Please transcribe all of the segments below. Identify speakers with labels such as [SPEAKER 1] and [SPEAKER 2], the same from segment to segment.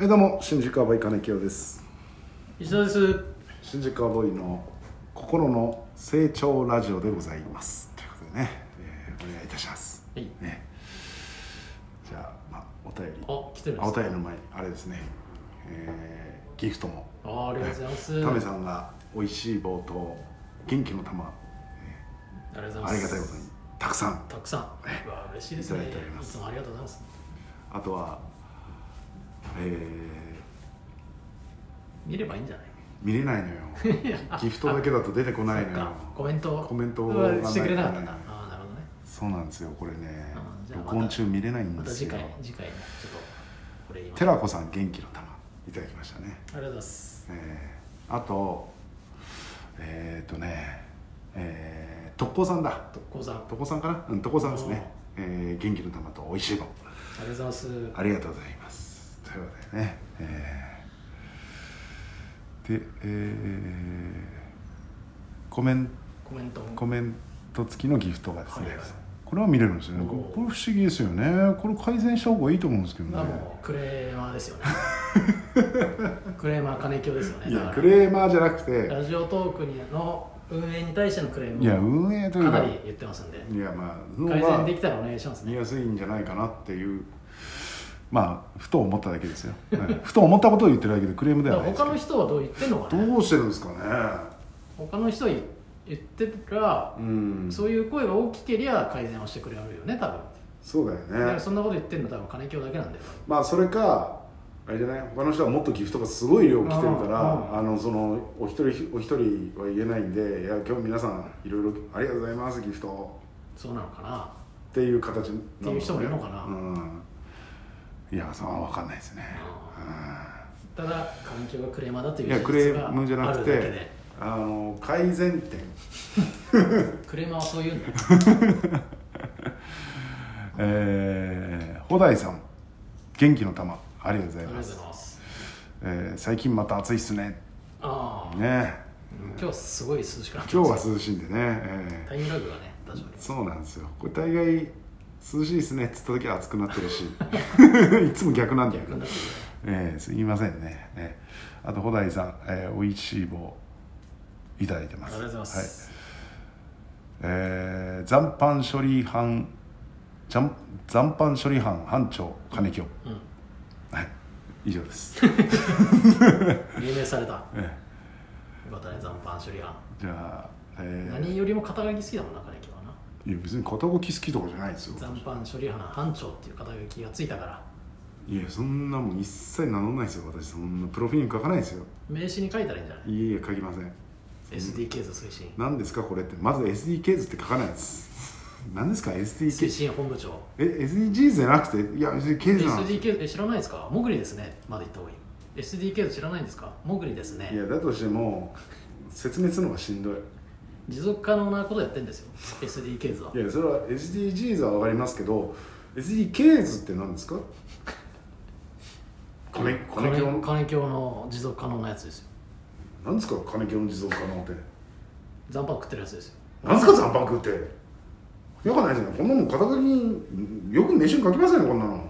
[SPEAKER 1] えどうも新宿アボイ金清です
[SPEAKER 2] 石田です
[SPEAKER 1] 新宿アボイの心の成長ラジオでございますということでね、えーお願いいたします
[SPEAKER 2] はい
[SPEAKER 1] ねじゃあ、まあ、お便り
[SPEAKER 2] あ来てるん
[SPEAKER 1] あ
[SPEAKER 2] で
[SPEAKER 1] お
[SPEAKER 2] すか
[SPEAKER 1] 便りの前にあれですね、えーギフトも
[SPEAKER 2] あありがとうございます
[SPEAKER 1] タメさんが美味しい棒と元気の玉
[SPEAKER 2] ありがとうござ
[SPEAKER 1] あ
[SPEAKER 2] います
[SPEAKER 1] りがたいことにたくさん
[SPEAKER 2] たくさんうわ嬉しいですね
[SPEAKER 1] いただいております
[SPEAKER 2] つもありがとうございます
[SPEAKER 1] あとはえー
[SPEAKER 2] 見ればいいんじゃない
[SPEAKER 1] 見れ ないのよギフトだけだと出てこないの
[SPEAKER 2] そっ
[SPEAKER 1] よ
[SPEAKER 2] かコメントを
[SPEAKER 1] コメント
[SPEAKER 2] う
[SPEAKER 1] がない
[SPEAKER 2] わしてくれなかったんだ
[SPEAKER 1] はい
[SPEAKER 2] ああなるほどね
[SPEAKER 1] そうなんですよこれね
[SPEAKER 2] うんじゃあまた
[SPEAKER 1] 録音中見れないん
[SPEAKER 2] ま
[SPEAKER 1] で
[SPEAKER 2] た
[SPEAKER 1] す
[SPEAKER 2] 次
[SPEAKER 1] よ
[SPEAKER 2] 回次回ねちょっとこれ今ありが
[SPEAKER 1] 寺子さん元気の玉いただきましたね
[SPEAKER 2] とうございます
[SPEAKER 1] えーあとえっ、とねえー特攻さんだ
[SPEAKER 2] 特攻さんあ
[SPEAKER 1] 特攻さんかなうん特攻さんですね、えー元気の玉と美味しい棒
[SPEAKER 2] りがとうございます
[SPEAKER 1] ありがとうございます。ということでね、えーで、えーコメン
[SPEAKER 2] コメントも
[SPEAKER 1] コメント付きのギフトがですね、
[SPEAKER 2] はいはい
[SPEAKER 1] これは見れるんですよね。
[SPEAKER 2] お
[SPEAKER 1] これ
[SPEAKER 2] ー
[SPEAKER 1] これ不思議ですよね。これ改善した方がいいと思うんですけどね
[SPEAKER 2] な。もうクレーマーで すよねクレーマー金京ですよね
[SPEAKER 1] い
[SPEAKER 2] だか
[SPEAKER 1] や
[SPEAKER 2] ら
[SPEAKER 1] クレーマーじゃなくて、
[SPEAKER 2] ラジオトークにの運営に対してのクレーム
[SPEAKER 1] いや
[SPEAKER 2] を
[SPEAKER 1] 運営という
[SPEAKER 2] か
[SPEAKER 1] か、
[SPEAKER 2] なり言ってますんで
[SPEAKER 1] いやまあその
[SPEAKER 2] 改
[SPEAKER 1] 方が
[SPEAKER 2] 善できたらお願いします
[SPEAKER 1] 見
[SPEAKER 2] ね
[SPEAKER 1] やすいんじゃないかなっていう。まあふと思っただけですよ、はいふと思ったことを言ってるだけでクレームで
[SPEAKER 2] だか
[SPEAKER 1] はない
[SPEAKER 2] ら
[SPEAKER 1] です
[SPEAKER 2] 他
[SPEAKER 1] け
[SPEAKER 2] の人はどう言ってんのか
[SPEAKER 1] ど
[SPEAKER 2] ね
[SPEAKER 1] どうしてるんですかね
[SPEAKER 2] 他の人は言ってたら、
[SPEAKER 1] うん
[SPEAKER 2] そういう声が大きけりゃ改善をしてくれるよね多分
[SPEAKER 1] そうだよ
[SPEAKER 2] だから
[SPEAKER 1] ね
[SPEAKER 2] そんなこと言ってんの多分金京だけなんだよ
[SPEAKER 1] まあそれかあれじゃない他の人はもっとギフトがすごい量来てるから
[SPEAKER 2] あ
[SPEAKER 1] あのそのお一人お一人は言えないんでいや今日皆さんいろいろありがとうございますギフト
[SPEAKER 2] そうなのかな
[SPEAKER 1] っていう形なのね
[SPEAKER 2] っていう人もいるのかな
[SPEAKER 1] うんいやそうわかんないですね
[SPEAKER 2] ただ金京がクレーマーだとい
[SPEAKER 1] うん
[SPEAKER 2] う
[SPEAKER 1] いや
[SPEAKER 2] 事
[SPEAKER 1] クレ
[SPEAKER 2] 実
[SPEAKER 1] ームじゃ
[SPEAKER 2] が
[SPEAKER 1] な
[SPEAKER 2] ある
[SPEAKER 1] く
[SPEAKER 2] だけ
[SPEAKER 1] て
[SPEAKER 2] で
[SPEAKER 1] あの改善点
[SPEAKER 2] クレーマーはそういうんだよ
[SPEAKER 1] えー、穂台さん元気の玉ありがとうござ
[SPEAKER 2] あ
[SPEAKER 1] い
[SPEAKER 2] りがと
[SPEAKER 1] ます
[SPEAKER 2] うございます
[SPEAKER 1] えー最近また暑いっすね
[SPEAKER 2] ああ、
[SPEAKER 1] ね
[SPEAKER 2] 今日すごい涼しくなって
[SPEAKER 1] 今
[SPEAKER 2] ま
[SPEAKER 1] 日
[SPEAKER 2] す
[SPEAKER 1] は涼しいんでね、えー
[SPEAKER 2] タイムラグがね多少ね
[SPEAKER 1] そうなんですよこれ大概涼しいですねっつった時は暑くなってる しいつも逆なんだよ
[SPEAKER 2] 逆になってる
[SPEAKER 1] ええすみませんねねあと穂台さん、えー、おいしい棒いただいて
[SPEAKER 2] あ
[SPEAKER 1] ま
[SPEAKER 2] り
[SPEAKER 1] す
[SPEAKER 2] がとうございます、
[SPEAKER 1] はいえー残飯処理班残残飯処理班班長金清はい以上です
[SPEAKER 2] うん命名されたよ
[SPEAKER 1] ええ
[SPEAKER 2] かったね残飯処理班
[SPEAKER 1] じゃあ、えー
[SPEAKER 2] 何よりも肩書き好きだもんな金京はない
[SPEAKER 1] や別に肩書き好きとかじゃないですよ
[SPEAKER 2] 残飯処理班班長っていう肩書きがついたから
[SPEAKER 1] いやそんなもん一切名乗んないですよ私そんなプロフィール書かないですよ
[SPEAKER 2] 名刺に書いたらいいんじゃない
[SPEAKER 1] いえいえ書きません
[SPEAKER 2] SDK 図推進
[SPEAKER 1] 何ですかこれってまず SDK 図って書かないです 何ですか
[SPEAKER 2] 推
[SPEAKER 1] SDK
[SPEAKER 2] 進本部長
[SPEAKER 1] え SDGs じゃなくていや SDK 図なんです
[SPEAKER 2] SDK え知らないですかモグリですねまで言った方がいい SDK 図知らないんですかモグリです
[SPEAKER 1] い
[SPEAKER 2] ね
[SPEAKER 1] やだとしても説明するのがしんどい
[SPEAKER 2] 持続可能なことやってんですよ SDK 図はい
[SPEAKER 1] やそれは SDGs は分かりますけど SDK 図って何ですか金金京の
[SPEAKER 2] 金京の持続可能なやつですよ
[SPEAKER 1] 何ですか金京の持続可能って
[SPEAKER 2] 残飯食ってるやつですよ
[SPEAKER 1] 何ですか残飯食ってよくないですねこんなもん肩書きによく名刺に書きませんよこんなの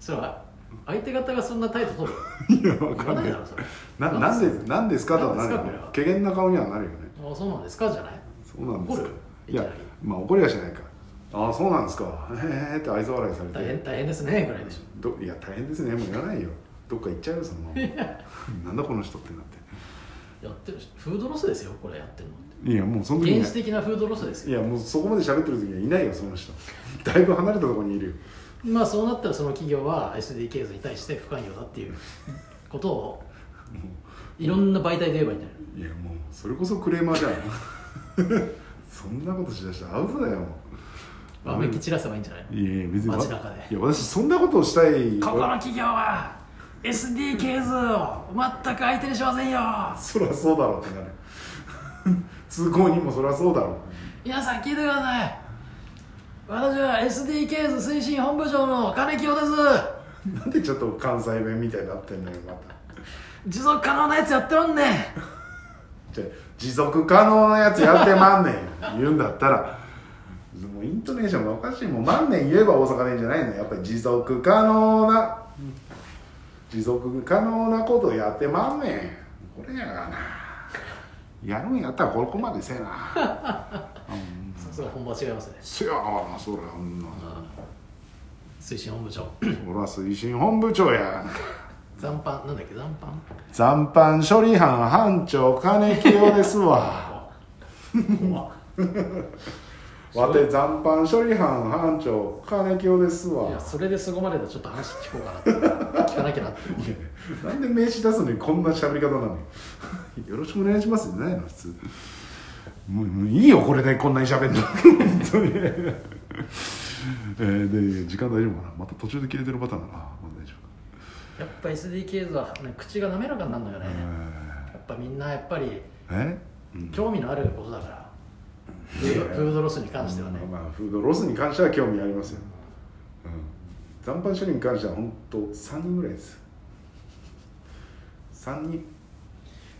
[SPEAKER 2] それは相手方がそんな態度取る
[SPEAKER 1] いや分
[SPEAKER 2] 言わないだろそれ
[SPEAKER 1] ななんでなんですかとはなるよ
[SPEAKER 2] なん
[SPEAKER 1] ね
[SPEAKER 2] ですかこ
[SPEAKER 1] 怪げな顔にはなるよね
[SPEAKER 2] あそうなんですかじゃない
[SPEAKER 1] そうなんですか
[SPEAKER 2] 怒る
[SPEAKER 1] いや
[SPEAKER 2] いきなり
[SPEAKER 1] まあ怒りはしないかああそうなんですかへえって愛想笑いされて
[SPEAKER 2] 大変大変ですねぐらいでしょ
[SPEAKER 1] どいや大変ですねもう言わないよどっか行っちゃうよそのままなんだこの人ってなっ
[SPEAKER 2] やってるしフードロスですよこれやってるのって
[SPEAKER 1] ていやもうその時に
[SPEAKER 2] 原始的なフードロスです
[SPEAKER 1] い
[SPEAKER 2] よ
[SPEAKER 1] やもうそこまで喋ってる時にはいないよその 人だいぶ離れたところにいるよ
[SPEAKER 2] まあそうなったらその企業は SDKs に対して不寛容だっていうことをいろんな媒体で言えばいいんじゃない
[SPEAKER 1] いやもうそれこそクレーマーじゃんそん なことしだしたらアウトだよ
[SPEAKER 2] わめき散らせばいいんじゃない
[SPEAKER 1] いやいや別にわ
[SPEAKER 2] 街中で
[SPEAKER 1] いや私そんなことをしたい
[SPEAKER 2] ここの企業は SDKs を全く相手にしませんよ
[SPEAKER 1] そりゃそうだろうってなる 通行人もそりゃそうだろう
[SPEAKER 2] 皆さん聞いてください私は SDKs 推進本部長の金清です
[SPEAKER 1] なんでちょっと関西弁みたいになってんのよまた
[SPEAKER 2] 持続可能なやつやってらんねん
[SPEAKER 1] じゃあ持続可能なやつやってまんねん言うんだったらもうイントネーションがおかしいもう万年言えば大阪弁じゃないのやっぱり持続可能な持続可能なことやってまんねんこれやがなやるんやったらここまでせえなうん
[SPEAKER 2] さすが本場違いますね
[SPEAKER 1] せやわなそりゃあんな
[SPEAKER 2] 推進本部 長
[SPEAKER 1] 俺は推進本部長や
[SPEAKER 2] 残飯なんだっけ残
[SPEAKER 1] 残飯処理班班長金清ですわ
[SPEAKER 2] 飯怖
[SPEAKER 1] わて残飯処理班班長金清です
[SPEAKER 2] っい
[SPEAKER 1] わ
[SPEAKER 2] やそれでそこまでだとちょっと話聞こうかなって聞かなきゃなって思う
[SPEAKER 1] なんで名刺出すのにこんな喋り方なのよ よろしくお願いしますじゃないの普通もうもういいよこれでこんなに喋んの 本当にえーで時間大丈夫かなまた途中で切れてるパターンかなまだ大丈
[SPEAKER 2] やっぱ SDKs は、ね、口が滑らかになるのよね、やっぱみんなやっぱり
[SPEAKER 1] 夫かえうん
[SPEAKER 2] 興味のあることだから、
[SPEAKER 1] うん
[SPEAKER 2] フー
[SPEAKER 1] い
[SPEAKER 2] ド
[SPEAKER 1] や
[SPEAKER 2] フードロスに関してはね、
[SPEAKER 1] まあまあフードロスに関しては興味ありますよ、うん、残飯処理に関しては本当3人ぐらいです3人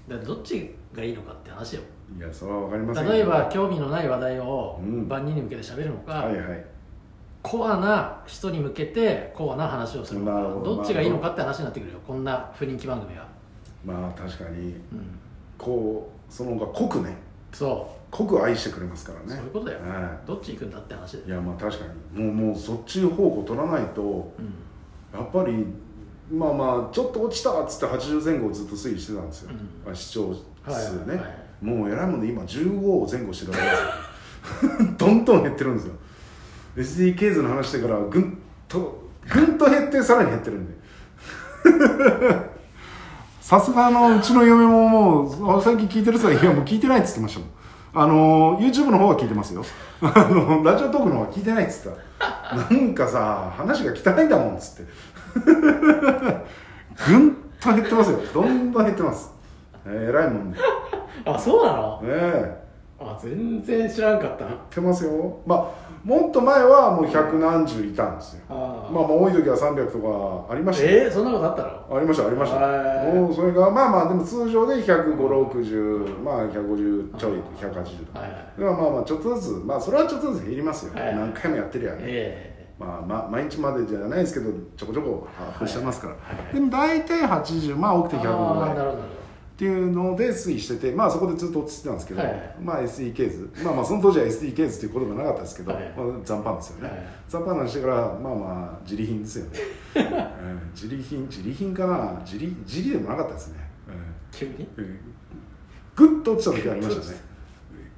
[SPEAKER 2] だからどっちがいいのかって話よ
[SPEAKER 1] いやそれは分かりませんけど
[SPEAKER 2] 例えば興味のない話題を
[SPEAKER 1] うん
[SPEAKER 2] 万人に向けて喋るのか、
[SPEAKER 1] はいはい
[SPEAKER 2] コアな人に向けてコアな話をするのか
[SPEAKER 1] なるほど
[SPEAKER 2] どっちがいいのかって話になってくるよこんな不人気番組は、
[SPEAKER 1] まあ確かに
[SPEAKER 2] うん、
[SPEAKER 1] こうその方が濃くね
[SPEAKER 2] そ
[SPEAKER 1] 濃く愛してくれますから
[SPEAKER 2] う、
[SPEAKER 1] ね
[SPEAKER 2] そういうことだよ、
[SPEAKER 1] は
[SPEAKER 2] どっち行くんだって話だ
[SPEAKER 1] いい
[SPEAKER 2] よ、
[SPEAKER 1] やまあ確かにもうもうそっち方向取らないと
[SPEAKER 2] うん
[SPEAKER 1] やっぱりまあまあちょっと落ちたっつって80前後をずっと推移してたんですよ、
[SPEAKER 2] うん
[SPEAKER 1] まあ、視聴
[SPEAKER 2] はい
[SPEAKER 1] 数ね、
[SPEAKER 2] はいはい
[SPEAKER 1] もう偉いもんで今15を前後してるわけですよ どんどん減ってるんですよ SDKs の話してからぐんとぐんと減ってさらに減ってるんで さすがのうちの嫁ももうあ最近聞いてる人はいやもう聞いてないっつってましたもんあの YouTube の方は聞いてますよ あのラジオトークの方は聞いてないっつってたなんかさ話が汚いんだもんっつって ぐんと減ってますよどんどん減ってます、えー、偉いもんでね
[SPEAKER 2] あそうなの
[SPEAKER 1] え
[SPEAKER 2] あ全然知らんかった
[SPEAKER 1] 言ってますよまあもっと前はもう百何十いたんですよ
[SPEAKER 2] あ
[SPEAKER 1] ま
[SPEAKER 2] あ
[SPEAKER 1] あまあ多い時は300とかありましたよ
[SPEAKER 2] えー、そんなことあったの
[SPEAKER 1] ありましたありました
[SPEAKER 2] へえ
[SPEAKER 1] もうそれがまあまあでも通常で150660まあ150ちょい180とか
[SPEAKER 2] はいはい
[SPEAKER 1] まあまあまあちょっとずつまあそれはちょっとずつ減りますよ
[SPEAKER 2] はい
[SPEAKER 1] 何回もやってりゃね
[SPEAKER 2] え
[SPEAKER 1] まあまあ毎日までじゃないですけどちょこちょこアップしてますから
[SPEAKER 2] はいはい
[SPEAKER 1] でも大体80まあ多く
[SPEAKER 2] え
[SPEAKER 1] て100ぐ
[SPEAKER 2] ー、あ
[SPEAKER 1] ら
[SPEAKER 2] あ
[SPEAKER 1] い
[SPEAKER 2] なるほどなる
[SPEAKER 1] っていうので推移してて、まあ、そこでずっと落ちてたんですけど、
[SPEAKER 2] はい
[SPEAKER 1] まあ、SD ケース、まあ、まあその当時は SD ケースという言葉なかったですけど、
[SPEAKER 2] はい
[SPEAKER 1] まあ、残飯ですよね、
[SPEAKER 2] はい
[SPEAKER 1] 残飯なんしてからまあまあ自利品です よね、うん自利品自利品かな自利自利でもなかったですね、
[SPEAKER 2] 急に
[SPEAKER 1] うんぐっと落ちた時ありましたね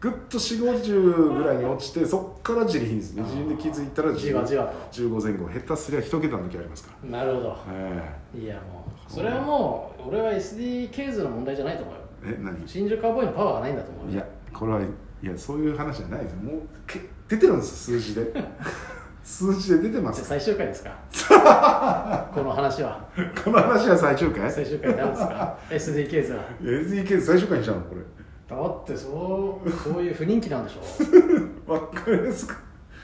[SPEAKER 1] ぐっと450ぐらいに落ちてそっから自利品ですね自利品で気づいたら
[SPEAKER 2] じわじわ
[SPEAKER 1] 15前後下手すりゃ一桁の時ありますか
[SPEAKER 2] となるほど
[SPEAKER 1] ら、え
[SPEAKER 2] いやもうそれはもう俺は SD ケーズの問題じゃないと思うよ
[SPEAKER 1] え何
[SPEAKER 2] 新宿カウボーイのパワーがないんだと思う
[SPEAKER 1] い
[SPEAKER 2] よ
[SPEAKER 1] やこれはいやそういう話じゃないですもうけ出てるんですよ数字で 数字で出てま
[SPEAKER 2] じゃ
[SPEAKER 1] す
[SPEAKER 2] あ最終回です かこの話は
[SPEAKER 1] この話は最終回
[SPEAKER 2] 最終回になるんです か SD ケーズは
[SPEAKER 1] SDK 最終回にしたのこれ
[SPEAKER 2] だってそうそういう不人気なんでし
[SPEAKER 1] わかりますか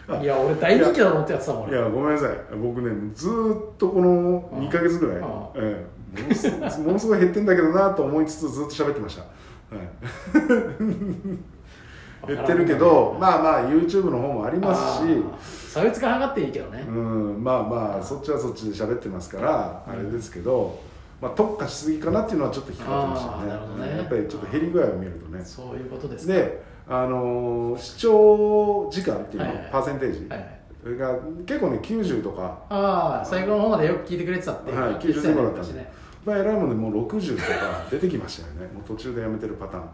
[SPEAKER 1] あ
[SPEAKER 2] ょいや俺大人気だと思ってやってたもん
[SPEAKER 1] い
[SPEAKER 2] 俺
[SPEAKER 1] やごめんなさい僕ねずーっとこの
[SPEAKER 2] うん
[SPEAKER 1] 2ヶ月ぐらい、
[SPEAKER 2] うん
[SPEAKER 1] ええものすものすごい 減ってんだけどなと思いつつずっと喋ってました、はい減ってるけどまあまあ YouTube の方もありますし
[SPEAKER 2] し差別化がっていいけどね
[SPEAKER 1] うん、まあまあそっちはそっちで喋ってますから
[SPEAKER 2] うん
[SPEAKER 1] あれですけど、まあ、特化しすぎかなっていうのはちょっと引っかかってました
[SPEAKER 2] あーなるほど
[SPEAKER 1] ね
[SPEAKER 2] ね
[SPEAKER 1] やっぱりちょっと減り具合を見るとね
[SPEAKER 2] そういうことですか
[SPEAKER 1] で、あのー視聴時間っていうの、
[SPEAKER 2] はいはい
[SPEAKER 1] パーセンテージ、
[SPEAKER 2] はいはい
[SPEAKER 1] それが結構ね90とか
[SPEAKER 2] ああ最後の方までよく聞いてくれてたっていう
[SPEAKER 1] はい
[SPEAKER 2] 聞いて
[SPEAKER 1] 90前後だったん
[SPEAKER 2] た
[SPEAKER 1] で
[SPEAKER 2] しね
[SPEAKER 1] まあ偉いもんでもう60とか出てきましたよねもう途中でやめてるパターン、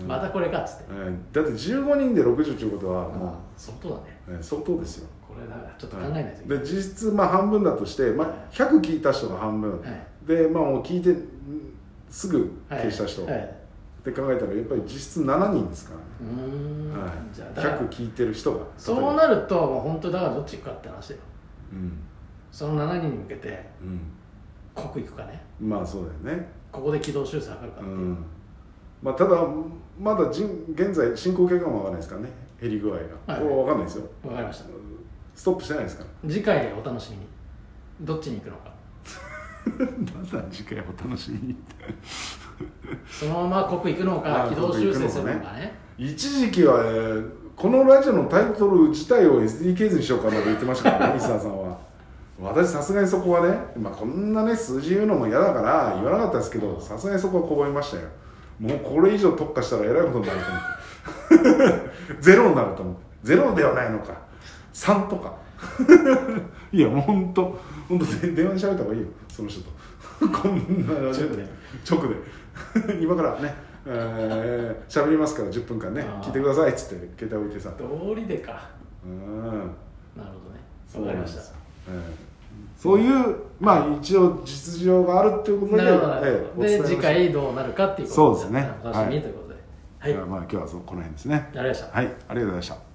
[SPEAKER 1] うん
[SPEAKER 2] またこれかっつって
[SPEAKER 1] えーだって15人で60っていうことは
[SPEAKER 2] あ
[SPEAKER 1] も
[SPEAKER 2] あ相当だね
[SPEAKER 1] う、えー相当ですよ
[SPEAKER 2] これだからちょっと考えないといけ
[SPEAKER 1] で実質まあ半分だとして、まあ、100聞いた人が半分、
[SPEAKER 2] ない
[SPEAKER 1] でまあもう聞いてんすぐ
[SPEAKER 2] はい
[SPEAKER 1] 消した人っ
[SPEAKER 2] はい
[SPEAKER 1] て考えたらやっぱり実質7人ですか
[SPEAKER 2] うー
[SPEAKER 1] ら、ね
[SPEAKER 2] ん
[SPEAKER 1] はい、
[SPEAKER 2] じゃあだから
[SPEAKER 1] 100聞いてる人が
[SPEAKER 2] そうなるともう本当だからどっち行くかって話だよ
[SPEAKER 1] うん、
[SPEAKER 2] その7人に向けて
[SPEAKER 1] う
[SPEAKER 2] 濃くいくかね
[SPEAKER 1] ん、まあそうだよね、
[SPEAKER 2] ここで軌道修正図るか
[SPEAKER 1] う
[SPEAKER 2] っていうん
[SPEAKER 1] まあ、ただまだ人現在進行形かもわかんないですからね減り具合が、
[SPEAKER 2] はい
[SPEAKER 1] これはわかんないですよ
[SPEAKER 2] わかりました
[SPEAKER 1] ストップしてないです から
[SPEAKER 2] 次回お楽しみにどっちに行くのか
[SPEAKER 1] なんだ次回お楽しみに
[SPEAKER 2] そのまま濃くいくの
[SPEAKER 1] あ
[SPEAKER 2] か
[SPEAKER 1] あ
[SPEAKER 2] 軌道修正するのかね
[SPEAKER 1] 一時期は、えーこのラジオのタイトル自体を SDKs にしようかなと言ってましたからね西澤さんは私さすがにそこはね、まあ、こんなね数字言うのも嫌だから言わなかったですけどさすがにそこはこぼれましたよもうこれ以上特化したらえらいことになると思ってゼロになると思ってゼロではないのか3とかいやもうほんとほんとで電話で喋った方がいいよその人と こんなラジオ
[SPEAKER 2] 直で
[SPEAKER 1] 直で 今からねえー喋、りますから10分間ね
[SPEAKER 2] あー
[SPEAKER 1] 聞いてくださいっつって携帯置いてさ
[SPEAKER 2] 道理でか
[SPEAKER 1] うん
[SPEAKER 2] なるほどね
[SPEAKER 1] そう
[SPEAKER 2] わか
[SPEAKER 1] なん
[SPEAKER 2] り
[SPEAKER 1] で
[SPEAKER 2] ますし
[SPEAKER 1] よえ
[SPEAKER 2] た
[SPEAKER 1] えそういうまあ一応実情があるっていうことだ
[SPEAKER 2] な
[SPEAKER 1] け
[SPEAKER 2] るほどな
[SPEAKER 1] え
[SPEAKER 2] る
[SPEAKER 1] えお
[SPEAKER 2] ほど
[SPEAKER 1] 伝え
[SPEAKER 2] で
[SPEAKER 1] をし
[SPEAKER 2] 次回どうなるかっていうこと
[SPEAKER 1] そうですね
[SPEAKER 2] お楽しみ
[SPEAKER 1] はい
[SPEAKER 2] ということでは
[SPEAKER 1] じ
[SPEAKER 2] い
[SPEAKER 1] ゃあ
[SPEAKER 2] あ
[SPEAKER 1] まあ今日はそこの辺ですね
[SPEAKER 2] りがとうございました
[SPEAKER 1] はいありがとうございました